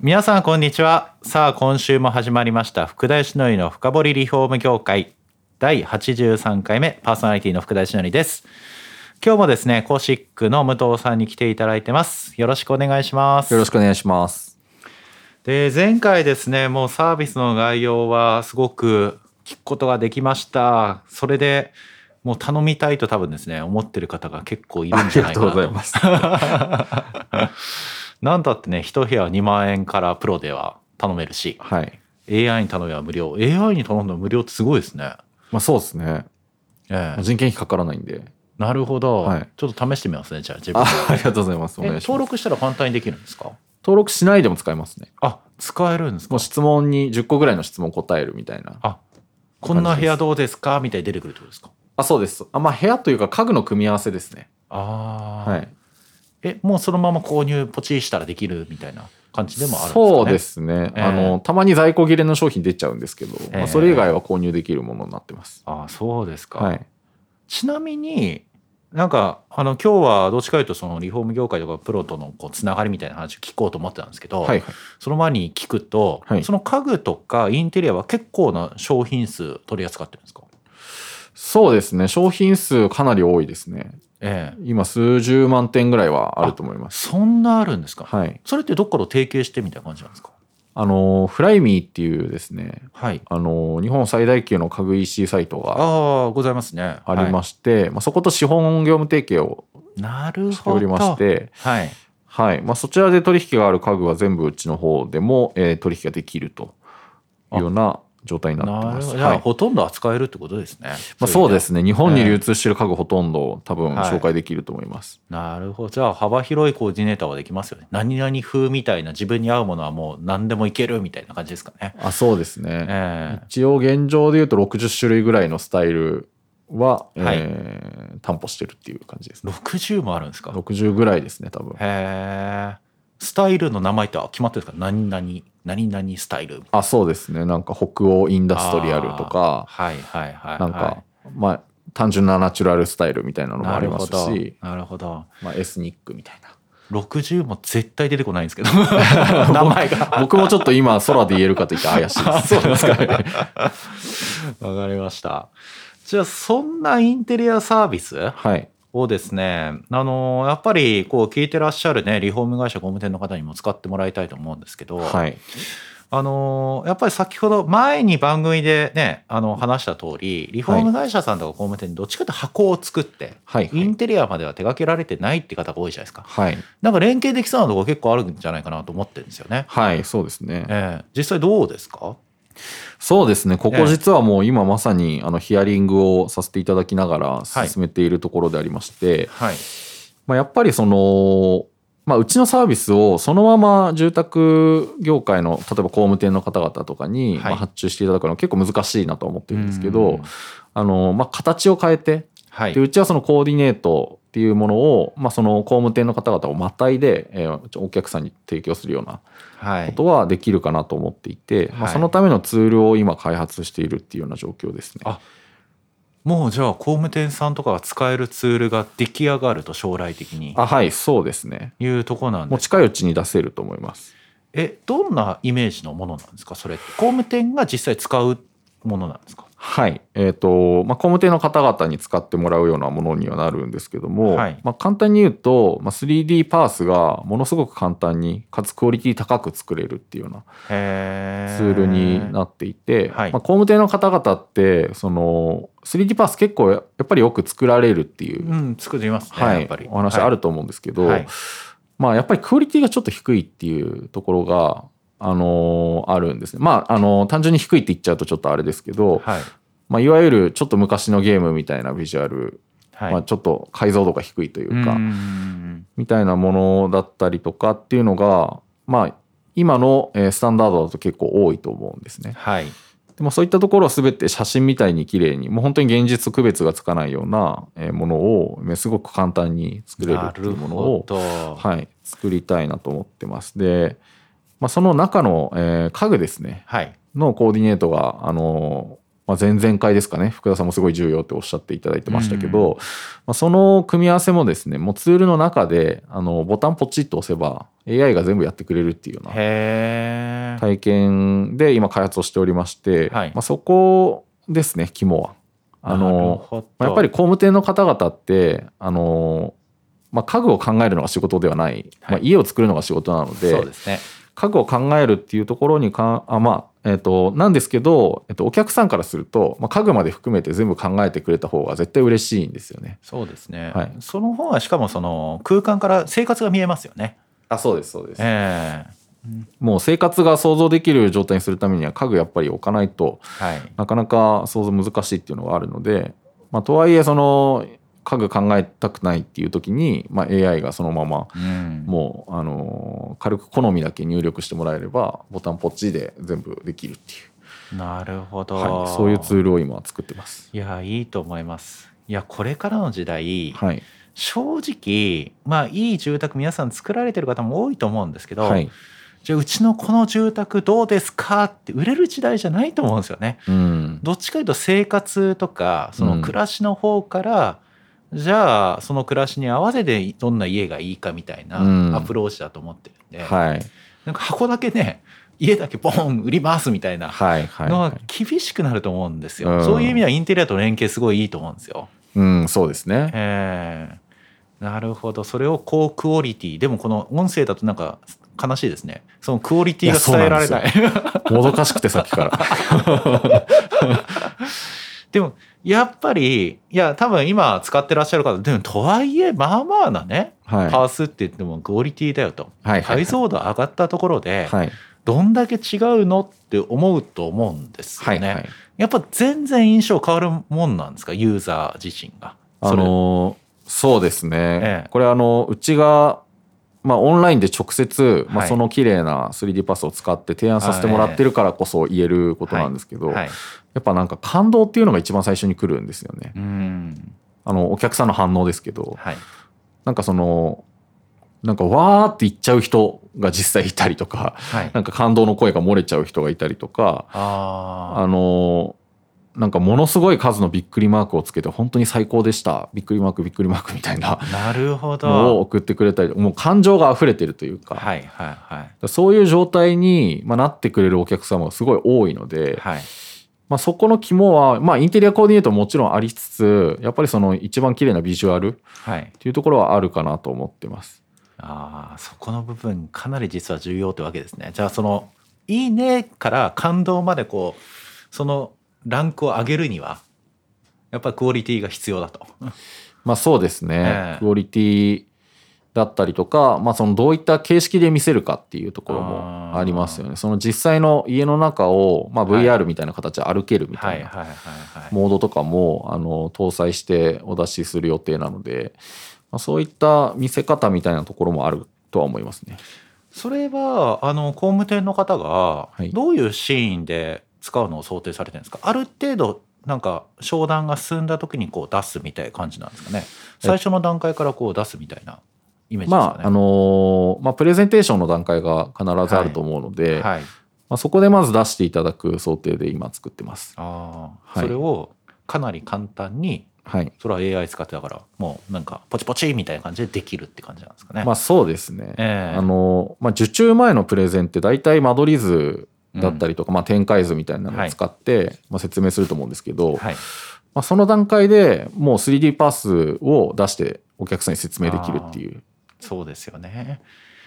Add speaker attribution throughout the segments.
Speaker 1: 皆さんこんにちはさあ今週も始まりました福田しのりの深掘りリフォーム業界第83回目パーソナリティの福田しのりです今日もですねコシックの武藤さんに来ていただいてますよろしくお願いします
Speaker 2: よろしくお願いします。
Speaker 1: で前回ですねもうサービスの概要はすごく聞くことができましたそれでもう頼みたいと多分ですね思ってる方が結構いるんじゃないかな
Speaker 2: ます。
Speaker 1: なんだってね一部屋2万円からプロでは頼めるし
Speaker 2: はい。
Speaker 1: AI に頼めば無料 AI に頼んだら無料ってすごいですね、
Speaker 2: まあそうですね。
Speaker 1: ええ、
Speaker 2: 人件費かからないんで。
Speaker 1: なるほど、
Speaker 2: はい
Speaker 1: ちょっと試してみますねじゃあ自分
Speaker 2: あ
Speaker 1: で
Speaker 2: ありがとうございます。お
Speaker 1: え
Speaker 2: 願いします。
Speaker 1: 登録したら簡単にできるんですか
Speaker 2: 登録しないでも使えますね。
Speaker 1: あ使えるんです
Speaker 2: も
Speaker 1: か
Speaker 2: う質問に10個ぐらいの質問答えるみたいな。
Speaker 1: あこんな部屋どうですかみたいに出てくるってことですか
Speaker 2: あ、そうです。あ、まあ部屋というか家具の組み合わせですね。
Speaker 1: ああ、
Speaker 2: はい。
Speaker 1: えもうそのまま購入ポチしたらできるみたいな感じでもあるんですか、ね、
Speaker 2: そうですね。
Speaker 1: ええ
Speaker 2: あの、たまに在庫切れの商品出ちゃうんですけど、
Speaker 1: ええ
Speaker 2: まあそれ以外は購入できるものになってます。
Speaker 1: あーそうですか、
Speaker 2: はい。
Speaker 1: ちなみになんかあの今日はどっちかというとそのリフォーム業界とかプロとのこうつながりみたいな話を聞こうと思ってたんですけど、
Speaker 2: はいはい。
Speaker 1: その前に聞くと、
Speaker 2: はい
Speaker 1: その家具とかインテリアは結構な商品数取り扱ってるんですか
Speaker 2: そうですね。商品数かなり多いですね。
Speaker 1: ええ
Speaker 2: 今数十万点ぐらいはあると思います。
Speaker 1: そんなあるんですか、
Speaker 2: はい。
Speaker 1: それってどっから提携してみたいな感じなんですか
Speaker 2: あの、フライミーっていうですね、
Speaker 1: はい
Speaker 2: あの日本最大級の家具 EC サイトが
Speaker 1: ああございますね
Speaker 2: ありまして、まあ、そこと資本業務提携を
Speaker 1: す、なるほど
Speaker 2: しておりまして、
Speaker 1: はい
Speaker 2: はいまあ、そちらで取引がある家具は全部うちの方でも、えー取引ができるというような状態になっ
Speaker 1: な
Speaker 2: てま
Speaker 1: るほ
Speaker 2: す。
Speaker 1: ど、じゃ
Speaker 2: は
Speaker 1: あ
Speaker 2: い
Speaker 1: ほとんど扱えるってことですね。。
Speaker 2: まあ、そうですすね日本に流通してる家具ほとんど多分
Speaker 1: はい
Speaker 2: 紹介できると思います。
Speaker 1: なるほど。じゃあ幅広いコーディネーターはできますよね。何々風みたいな自分に合うものはもう何でもいけるみたいな感じですかね。
Speaker 2: あそうですね、
Speaker 1: ええ
Speaker 2: 一応現状で言うと60種類ぐらいのスタイルは、えー
Speaker 1: はい
Speaker 2: 担保してるっていう感じですね。
Speaker 1: 60もあるんですか。
Speaker 2: 60ぐらいですね多分。
Speaker 1: へえ。スタイルの名前って決まってるんですか何々、何々スタイル。
Speaker 2: あそうですねなんか北欧インダストリアルとか
Speaker 1: はいはいはい、はい。
Speaker 2: なんか、まあ単純なナチュラルスタイルみたいなのも
Speaker 1: な
Speaker 2: あり
Speaker 1: る
Speaker 2: ま
Speaker 1: ほ
Speaker 2: す
Speaker 1: ど
Speaker 2: し、。
Speaker 1: なるほど。
Speaker 2: まあ、エスニックみたいな
Speaker 1: 60も絶対出てこないんです けど。名前が。
Speaker 2: 僕もちょっと今空で言えるかといったら怪しいで すそうですか、
Speaker 1: わかりました。じゃあそんなインテリアサービス
Speaker 2: はい
Speaker 1: をですね、あのやっぱりこう聞いてらっしゃるね、リフォーム会社工務店の方にも使ってもらいたいと思うんですけど、
Speaker 2: はい
Speaker 1: あのやっぱり先ほど前に番組でね、あの話した通り、リフォーム会社さんとか工務店どっちかというと箱を作って、
Speaker 2: はい
Speaker 1: インテリアまでは手掛けられてないって方が多いじゃないですか。
Speaker 2: はい
Speaker 1: なんか連携できそうなところ結構あるんじゃないかなと思ってるんですよね。
Speaker 2: はいそうですね
Speaker 1: ええ実際どうですか
Speaker 2: そうですねこ
Speaker 1: ええ
Speaker 2: こ実はもう今まさにあのヒアリングをさせていただきながら進めているところでありまして、
Speaker 1: はい。
Speaker 2: まあ、やっぱりその、まあ、うちのサービスをそのまま住宅業界の例えば工務店の方々とかに
Speaker 1: はい
Speaker 2: まあ発注していただくのは結構難しいなと思ってるんですけ
Speaker 1: う
Speaker 2: ど
Speaker 1: ん
Speaker 2: あの、まあ、形を変えて
Speaker 1: はい。
Speaker 2: でうちはそのコーディネートっていうものを、まあ、その工務店の方々をまたいで、えーお客さんに提供するような
Speaker 1: はい
Speaker 2: ことはできるかなと思っていて、ま
Speaker 1: は
Speaker 2: あ、
Speaker 1: い
Speaker 2: そのためのツールを今開発しているっていうような状況ですね。
Speaker 1: あもうじゃあ工務店さんとかが使えるツールが出来上がると将来的に
Speaker 2: あはいそうですね。
Speaker 1: いうとこなん
Speaker 2: も
Speaker 1: で
Speaker 2: う近いうちに出せると思います。
Speaker 1: えどんなイメージのものなんですかそれって工務店が実際使うものなんですか
Speaker 2: はい。えっ、と、まあ、工務店の方々に使ってもらうようなものにはなるんですけども、
Speaker 1: はい
Speaker 2: まあ、簡単に言うと、まあ、3D パースがものすごく簡単に、かつクオリティ高く作れるっていうような
Speaker 1: へー
Speaker 2: ツールになっていて、
Speaker 1: はい
Speaker 2: まあ、工務店の方々って、その、3D パース結構やっぱりよく作られるっていう、
Speaker 1: うん作りますね、
Speaker 2: は
Speaker 1: やっ
Speaker 2: い
Speaker 1: ぱり、
Speaker 2: お話あると思うんですけど、
Speaker 1: はい
Speaker 2: まあ、やっぱりクオリティがちょっと低いっていうところが、あのあるんですね。まあ、あの単純に低いって言っちゃうとちょっとあれですけど、
Speaker 1: はい
Speaker 2: まあ、いわゆるちょっと昔のゲームみたいなビジュアル、
Speaker 1: はい、
Speaker 2: まあ、ちょっと解像度が低いというか、
Speaker 1: うん
Speaker 2: みたいなものだったりとかっていうのが、まあ、今のえースタンダードだと結構多いと思うんですね。
Speaker 1: はい。
Speaker 2: でもそういったところは全て写真みたいに綺麗にもう本当に現実と区別がつかないようなえーものをえーすごく簡単に作れる
Speaker 1: な
Speaker 2: ってい
Speaker 1: る
Speaker 2: うもの
Speaker 1: ほ
Speaker 2: を、
Speaker 1: ど。
Speaker 2: はい、作りたいなと思ってます。で、まあ、その中の、えー家具ですね
Speaker 1: はい。
Speaker 2: のコーディネートが、あのまあ、前々回ですかね福田さんもすごい重要っておっしゃっていただいてましたけど、まあ、その組み合わせもですねもうツールの中であのボタンポチッと押せば AI が全部やってくれるっていうような
Speaker 1: へえ。
Speaker 2: 体験で今開発をしておりまして、
Speaker 1: はい
Speaker 2: まあ、そこですね肝は。あ
Speaker 1: なる
Speaker 2: の
Speaker 1: ほど
Speaker 2: まあやっぱり工務店の方々ってあの、まあ、家具を考えるのが仕事ではない、
Speaker 1: はい
Speaker 2: まあ、家を作るのが仕事なので
Speaker 1: そうですね。
Speaker 2: 家具を考えるっていうところにかあまあえっ、となんですけど、えっとお客さんからすると、まあ、家具まで含めて全部考えてくれた方が絶対嬉しいんですよね。
Speaker 1: そうですね。
Speaker 2: はい
Speaker 1: その方がしかもその空間から生活が見えますよね。
Speaker 2: あそうですそうです。
Speaker 1: ええ
Speaker 2: もう生活が想像できる状態にするためには家具やっぱり置かないと
Speaker 1: はい。
Speaker 2: なかなか想像難しいっていうのがあるので、まあ、とはいえその家具考えたくないっていう時に、まあ、AI がそのまま
Speaker 1: うん。
Speaker 2: もう、あのー軽く好みだけ入力してもらえればボタンポチで全部できるっていう、
Speaker 1: なるほど、
Speaker 2: はい、そういうツールを今作ってます。
Speaker 1: いやいいと思います。いやこれからの時代、
Speaker 2: はい、
Speaker 1: 正直まあいい住宅皆さん作られてる方も多いと思うんですけど、
Speaker 2: はい
Speaker 1: じゃあうちのこの住宅どうですかって売れる時代じゃないと思うんですよね。
Speaker 2: うん
Speaker 1: どっちかというと生活とかそうの
Speaker 2: ん
Speaker 1: 暮らしの方から、じゃあその暮らしに合わせてどんな家がいいかみたい
Speaker 2: うん
Speaker 1: なアプローチだと思ってるんで、
Speaker 2: はい
Speaker 1: なんか箱だけね家だけボーン売りますみたいな
Speaker 2: はいはい
Speaker 1: の
Speaker 2: は、
Speaker 1: はい厳しくなると思うんですよ、
Speaker 2: うん
Speaker 1: そういう意味ではインテリアとの連携すごいいいと思うんですよ。
Speaker 2: うん、そうですね。
Speaker 1: えーなるほどそれを高クオリティでもこの音声だとなんか悲しいですねそのクオリティが伝えられない
Speaker 2: いやもどかしくてさっきから。
Speaker 1: でもやっぱりいや多分今使ってらっしゃる方でもとはいえまあまあなね
Speaker 2: はい、
Speaker 1: パースって言ってもクオリティだよと、
Speaker 2: はいはい
Speaker 1: 解像度上がったところで、
Speaker 2: はい
Speaker 1: どんだけ違うのって思うと思うんですよ
Speaker 2: は
Speaker 1: ね、
Speaker 2: いはい
Speaker 1: やっぱ全然印象変わるもんなんですかユーザー自身が。
Speaker 2: あ
Speaker 1: それ
Speaker 2: のそうですね、
Speaker 1: ええ
Speaker 2: これあのうちが、まあ、オンラインで直接、ま
Speaker 1: は
Speaker 2: あ、
Speaker 1: い
Speaker 2: その綺麗な 3D パスを使って提案させてもらってるからこそ言えることなんですけど、
Speaker 1: はい、
Speaker 2: やっぱなんか感動っていうのが一番最初に来るんですよね
Speaker 1: うん
Speaker 2: あのお客さんの反応ですけど
Speaker 1: はい、
Speaker 2: なんかそのなんかわーって言っちゃう人が実際いたりとか
Speaker 1: はい
Speaker 2: なんか感動の声が漏れちゃう人がいたりとか
Speaker 1: あ
Speaker 2: あのなんかものすごい数のびっくりマークをつけて本当に最高でしたびっくりマークびっくりマークみたいな
Speaker 1: あなるほ
Speaker 2: のを
Speaker 1: ど。
Speaker 2: 送ってくれたりもう感情が溢れてるというか、
Speaker 1: はいはいは
Speaker 2: そういう状態に、まあ、なってくれるお客様がすごい多いの
Speaker 1: い
Speaker 2: で、
Speaker 1: はい
Speaker 2: まあ、そこの肝は、まあ、インテリアコーディネートももちろんありつつやっぱりその一番綺麗なビジュアルっ
Speaker 1: はい。
Speaker 2: ていうところはあるかなと思ってます。
Speaker 1: ああそこの部分かなり実は重要ってわけですね。じゃあその「いいね」から感動までこうそのランクを上げるにはやっぱりクオリティが必要だと。
Speaker 2: まあ、そうですね、
Speaker 1: ええ
Speaker 2: クオリティだったりとか、まあ、そのどういった形式で見せるかっていうところ
Speaker 1: あ
Speaker 2: も
Speaker 1: ー
Speaker 2: ありますよね。その実際の家の中を、まあ、
Speaker 1: はい
Speaker 2: VR みたいな形で歩けるみた
Speaker 1: はいい
Speaker 2: な
Speaker 1: はいはいはい。
Speaker 2: モードとかもあの搭載してお出しする予定なので、まあ、そういった見せ方みたいなところもあるとは思いますね。
Speaker 1: それはあの工務店の方が
Speaker 2: はい
Speaker 1: どういうシーンで使うのを想定されてるんですか、ある程度なんか商談が進んだ時にこう出すみたいな感じなんですかね最初の段階からこう出すみたいなイメージですか
Speaker 2: ま
Speaker 1: ね、
Speaker 2: ああのーまあ、プレゼンテーションの段階が必ずあると思うので、
Speaker 1: はい、
Speaker 2: まあ、そこでまず出していただく想定で今作ってます。
Speaker 1: あー
Speaker 2: はい
Speaker 1: それをかなり簡単に
Speaker 2: はい
Speaker 1: それは AI 使ってだからもうなんかポチポチみたいな感じでできるって感じなんですかね、
Speaker 2: まあ、そうですね、
Speaker 1: ええ
Speaker 2: あのーまあ、受注前のプレゼンって大体間取り図だったりとか、まあ、展開図みたいなのを使って、まあ、説明すると思うんですけど、
Speaker 1: はい、
Speaker 2: まあ、その段階でもう 3D パスを出してお客さんに説明できるっていう
Speaker 1: そうですよね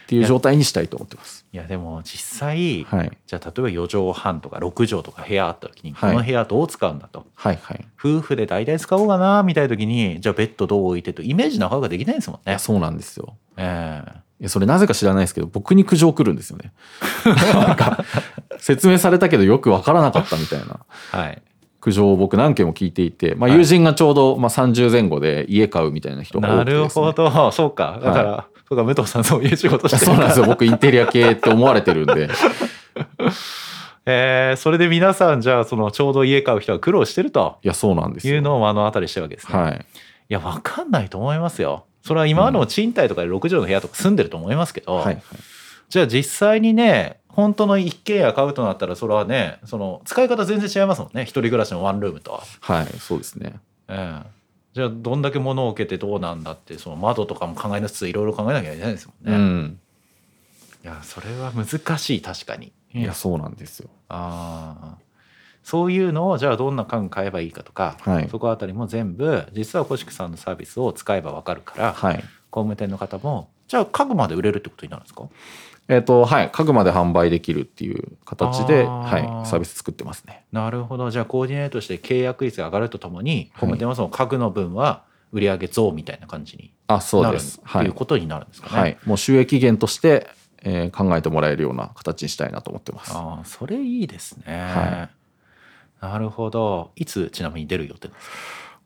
Speaker 2: っていう状態にしたいと思ってます。
Speaker 1: いやでも実際、
Speaker 2: はい。
Speaker 1: じゃあ例えば4畳半とか6畳とか部屋あった時にこ
Speaker 2: はい
Speaker 1: の部屋どう使うんだと、
Speaker 2: はいはい。
Speaker 1: 夫婦で大体使おうかなみたいな時にじゃあベッドどう置いてとイメージなかなかできないですもん
Speaker 2: い
Speaker 1: ね
Speaker 2: や、。そうなんですよ。
Speaker 1: え
Speaker 2: いやそれなぜか知らないですけど、僕に苦情来るんです よね。なんか、説明されたけどよくわからなかったみたいな
Speaker 1: えはい、
Speaker 2: 苦情を僕何件も聞いていて、まあ
Speaker 1: はい
Speaker 2: 友人がちょうど、まあ30前後で家買うみたいな人が多
Speaker 1: な
Speaker 2: くてですね、
Speaker 1: るほどそうかだから、とか武藤さんそういう仕事して
Speaker 2: そうなんです
Speaker 1: よ。
Speaker 2: よ僕インテリア系って思われてるんで
Speaker 1: えーそれで皆さんじゃあそのちょうど家買う人は苦労してると
Speaker 2: いやそうなんです
Speaker 1: い
Speaker 2: よ
Speaker 1: うのを目の当たりにしてるわけですね。い、
Speaker 2: はい
Speaker 1: やわかんないと思いますよ。それは今までも賃貸とかで6畳の部屋とか住んでると思いますけど、
Speaker 2: はいはい
Speaker 1: じゃあ実際にね本当の一軒家買うとなったらそれはねその使い方全然違いますもんね一人暮らしのワンルームとは。
Speaker 2: はいそうですね
Speaker 1: ええじゃあどんだけ物を置けてどうなんだってその窓とかも考えなつついろいろ考えなきゃいけないですもん
Speaker 2: う
Speaker 1: ね。い
Speaker 2: ん
Speaker 1: やそれは難しい確かに。
Speaker 2: いやそうなんですよ
Speaker 1: ああそういうのをじゃあどんな家具買えばいいかとか、
Speaker 2: はい
Speaker 1: そこあたりも全部実はコシクさんのサービスを使えばわかるから、
Speaker 2: はい
Speaker 1: 工務店の方もじゃあ家具まで売れるってことになるんですか
Speaker 2: えっ、とはい家具まで販売できるっていう形で、
Speaker 1: あー
Speaker 2: はい、サービス作ってますね
Speaker 1: なるほどじゃあコーディネートして契約率が上がるとともに
Speaker 2: はい
Speaker 1: 工務店はその家具の分は売上増みたいな感じに
Speaker 2: あそう
Speaker 1: な
Speaker 2: で
Speaker 1: る
Speaker 2: す
Speaker 1: って
Speaker 2: はい
Speaker 1: いうことになるんですかね。
Speaker 2: はい、もう収益源として、えー考えてもらえるような形にしたいなと思ってます。
Speaker 1: ああそれいいですね。
Speaker 2: は
Speaker 1: なるほどいつちなみに出る予定なんですか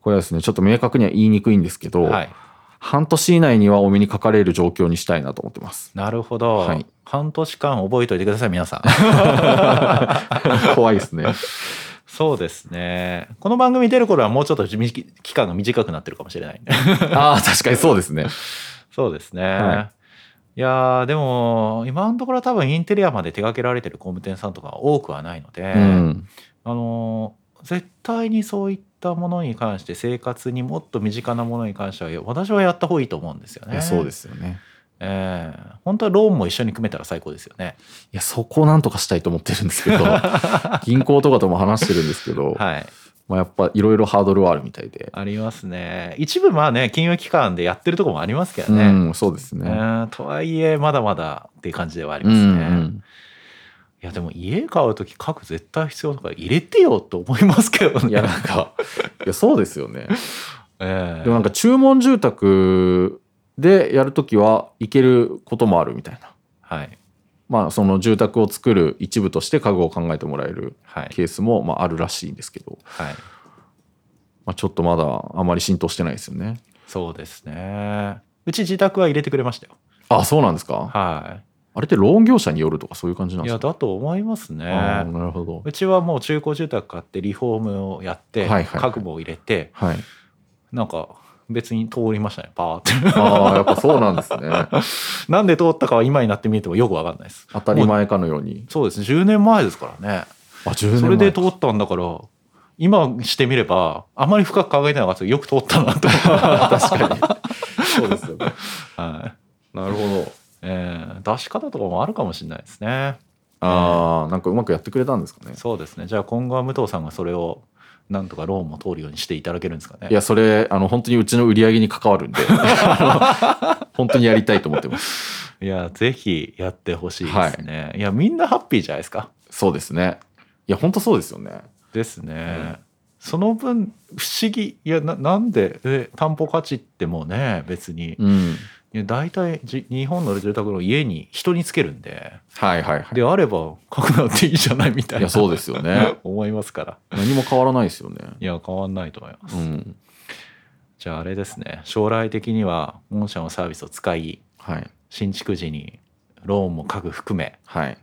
Speaker 2: これはですねちょっと明確には言いにくいんですけど、
Speaker 1: はい、
Speaker 2: 半年以内にはお目にかかれる状況にしたいなと思って ます。
Speaker 1: なるほど、
Speaker 2: はい
Speaker 1: 半年間覚えておいてください皆 さん。
Speaker 2: 怖いですね。
Speaker 1: そうですね。この番組出る頃はもうちょっとみ期間が短くなってるかもしれない。
Speaker 2: ああ確かにそうですね。
Speaker 1: そうですね。、
Speaker 2: はい
Speaker 1: やーでも今のところ多分インテリアまで手掛けられてる工務店さんとかは多くはないので、
Speaker 2: うん、
Speaker 1: あのー絶対にそういったものに関して生活にもっと身近なものに関しては私はやった方がいいと思うんですよ
Speaker 2: い
Speaker 1: ね。。
Speaker 2: やそうですすよね。
Speaker 1: ええ本当はローンも一緒に組めたら最高ですよね。
Speaker 2: いやそこをなんとかしたいと思ってるんですけ ど銀行とかとも話してるんですけ
Speaker 1: は
Speaker 2: ど、
Speaker 1: い。
Speaker 2: まあ、やっぱいろいろハードルはあるみたいで、
Speaker 1: ありますね。一部まあね金融機関でやってるところもありますけどね。
Speaker 2: うんそうです
Speaker 1: え
Speaker 2: ね。
Speaker 1: ーとはいえまだまだっていう感じではあり
Speaker 2: う
Speaker 1: ますね、
Speaker 2: ん
Speaker 1: いやでも家買う時家具絶対必要だから入れてよと思いますけど
Speaker 2: うん、
Speaker 1: ね
Speaker 2: いやなんかいやそうですよね。
Speaker 1: ええ
Speaker 2: でもなんか注文住宅でやるときは行けることもあるみたいな。
Speaker 1: はい
Speaker 2: まあその住宅を作る一部として家具を考えてもらえる
Speaker 1: はい
Speaker 2: ケースもまああるらしいんですけど、
Speaker 1: はい
Speaker 2: まあ、ちょっとまだあまり浸透してないですよね。
Speaker 1: そうですねうち自宅は入れてくれましたよ
Speaker 2: あそうなんですか
Speaker 1: は
Speaker 2: あれってローン業者によるとかそういう感じなん
Speaker 1: いい
Speaker 2: で
Speaker 1: や
Speaker 2: すか
Speaker 1: だと思います
Speaker 2: あー
Speaker 1: ね
Speaker 2: なるほど。
Speaker 1: うちはもう中古住宅買ってリフォームをやって、
Speaker 2: はいはいはい
Speaker 1: 家具も入れて
Speaker 2: はい、
Speaker 1: なんか別に通りましたねパーって
Speaker 2: ああやっぱそうなんですね。
Speaker 1: なんで通ったかは今になってみてもよくわかんないです
Speaker 2: 当たり前かのように。
Speaker 1: そうですね10年前ですからね
Speaker 2: あ10年前
Speaker 1: それで通ったんだから今してみればあまり深く考えてなかったけどよく通ったなと、
Speaker 2: 確かに。そうですよね。
Speaker 1: はい
Speaker 2: なるほど。
Speaker 1: えー出し方とかもあるかもしれないですね
Speaker 2: ああなんかうまくやってくれたんですかね。
Speaker 1: そうですねじゃあ今後は武藤さんがそれをなんとかローンも通るようにしていただけるんですかね
Speaker 2: いや、それ、あの、本当にうちの売り上げに関わるんで、 あの本当にやりたいと思ってます。
Speaker 1: いやぜひやってほしいですね、い、やみんなハッピーじゃないですか
Speaker 2: そうですね。いや、本当そうですよね。
Speaker 1: ですね、その分不思議いやななんでえ担保価値ってもうね別に、
Speaker 2: うん。
Speaker 1: いや大体じ日本の住宅の家に人につけるんで
Speaker 2: はいはいはい。
Speaker 1: であれば書くなんていいじゃないみたいない
Speaker 2: や、そうです よね。
Speaker 1: 思いますから
Speaker 2: 何も変わらないですよね。
Speaker 1: いや変わんないと思います、
Speaker 2: うん。
Speaker 1: じゃああれですね将来的には御社のサービスを使い
Speaker 2: はい。
Speaker 1: 新築時にローンも家具含め
Speaker 2: はい。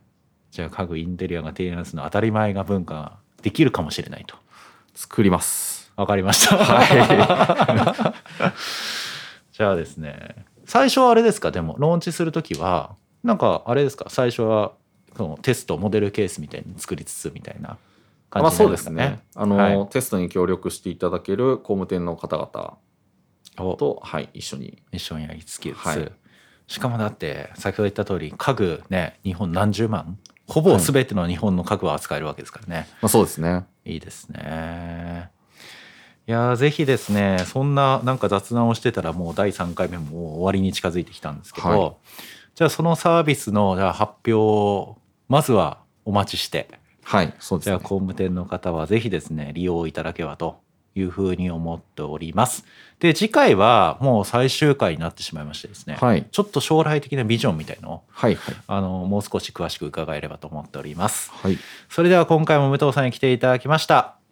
Speaker 1: じゃあ家具インテリアが提案するの当たり前が文化ができるかもしれないと
Speaker 2: 作ります。
Speaker 1: わかりました、
Speaker 2: は
Speaker 1: じゃあですね最初はあれですかでもローンチする時はなんかあれですか最初はそのテストモデルケースみたいに作りつつみたいな感
Speaker 2: まあ、
Speaker 1: じになる
Speaker 2: そうんで
Speaker 1: です
Speaker 2: す
Speaker 1: か
Speaker 2: ね
Speaker 1: ね。。
Speaker 2: あの、
Speaker 1: はい
Speaker 2: テストに協力していただける工務店の方々
Speaker 1: お
Speaker 2: と、はい、一緒に。
Speaker 1: 一緒にやりつきつつ、
Speaker 2: はい
Speaker 1: しかもだって先ほど言った通り家具ね日本何十万ほぼ全ての日本の家具は扱えるわけですからね、
Speaker 2: まあ、そうですね。
Speaker 1: い、いですねいやーぜひですねそんななんか雑談をしてたらもう第3回目ももう終わりに近づいてきたんですけど、
Speaker 2: はい
Speaker 1: じゃあそのサービスのじゃあ発表をまずはお待ちして
Speaker 2: はい、そうで
Speaker 1: じ
Speaker 2: す
Speaker 1: ゃあ
Speaker 2: ね。
Speaker 1: 工務店の方はぜひですね利用いただければというふうに思っておりますで次回はもう最終回になってしまいましてですね、
Speaker 2: はい。
Speaker 1: ちょっと将来的なビジョンみたいのを
Speaker 2: はい、はい。
Speaker 1: あのもう少し詳しく伺えればと思っております
Speaker 2: はい。
Speaker 1: それでは今回も武藤さんに来ていただきました